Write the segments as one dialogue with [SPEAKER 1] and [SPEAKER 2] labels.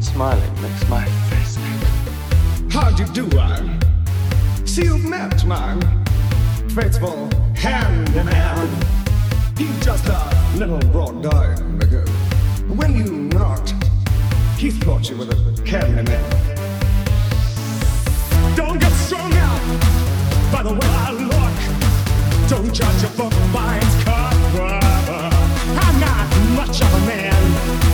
[SPEAKER 1] smiling makes my face
[SPEAKER 2] How do you do? I see you met my faithful hand in hand. You just a little broad dime ago. When you knocked, he thought you were the candy man. Don't get strung out by the way I look. Don't judge a book by its cover. I'm not much of a man,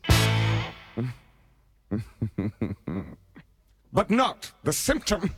[SPEAKER 2] but not the symptom.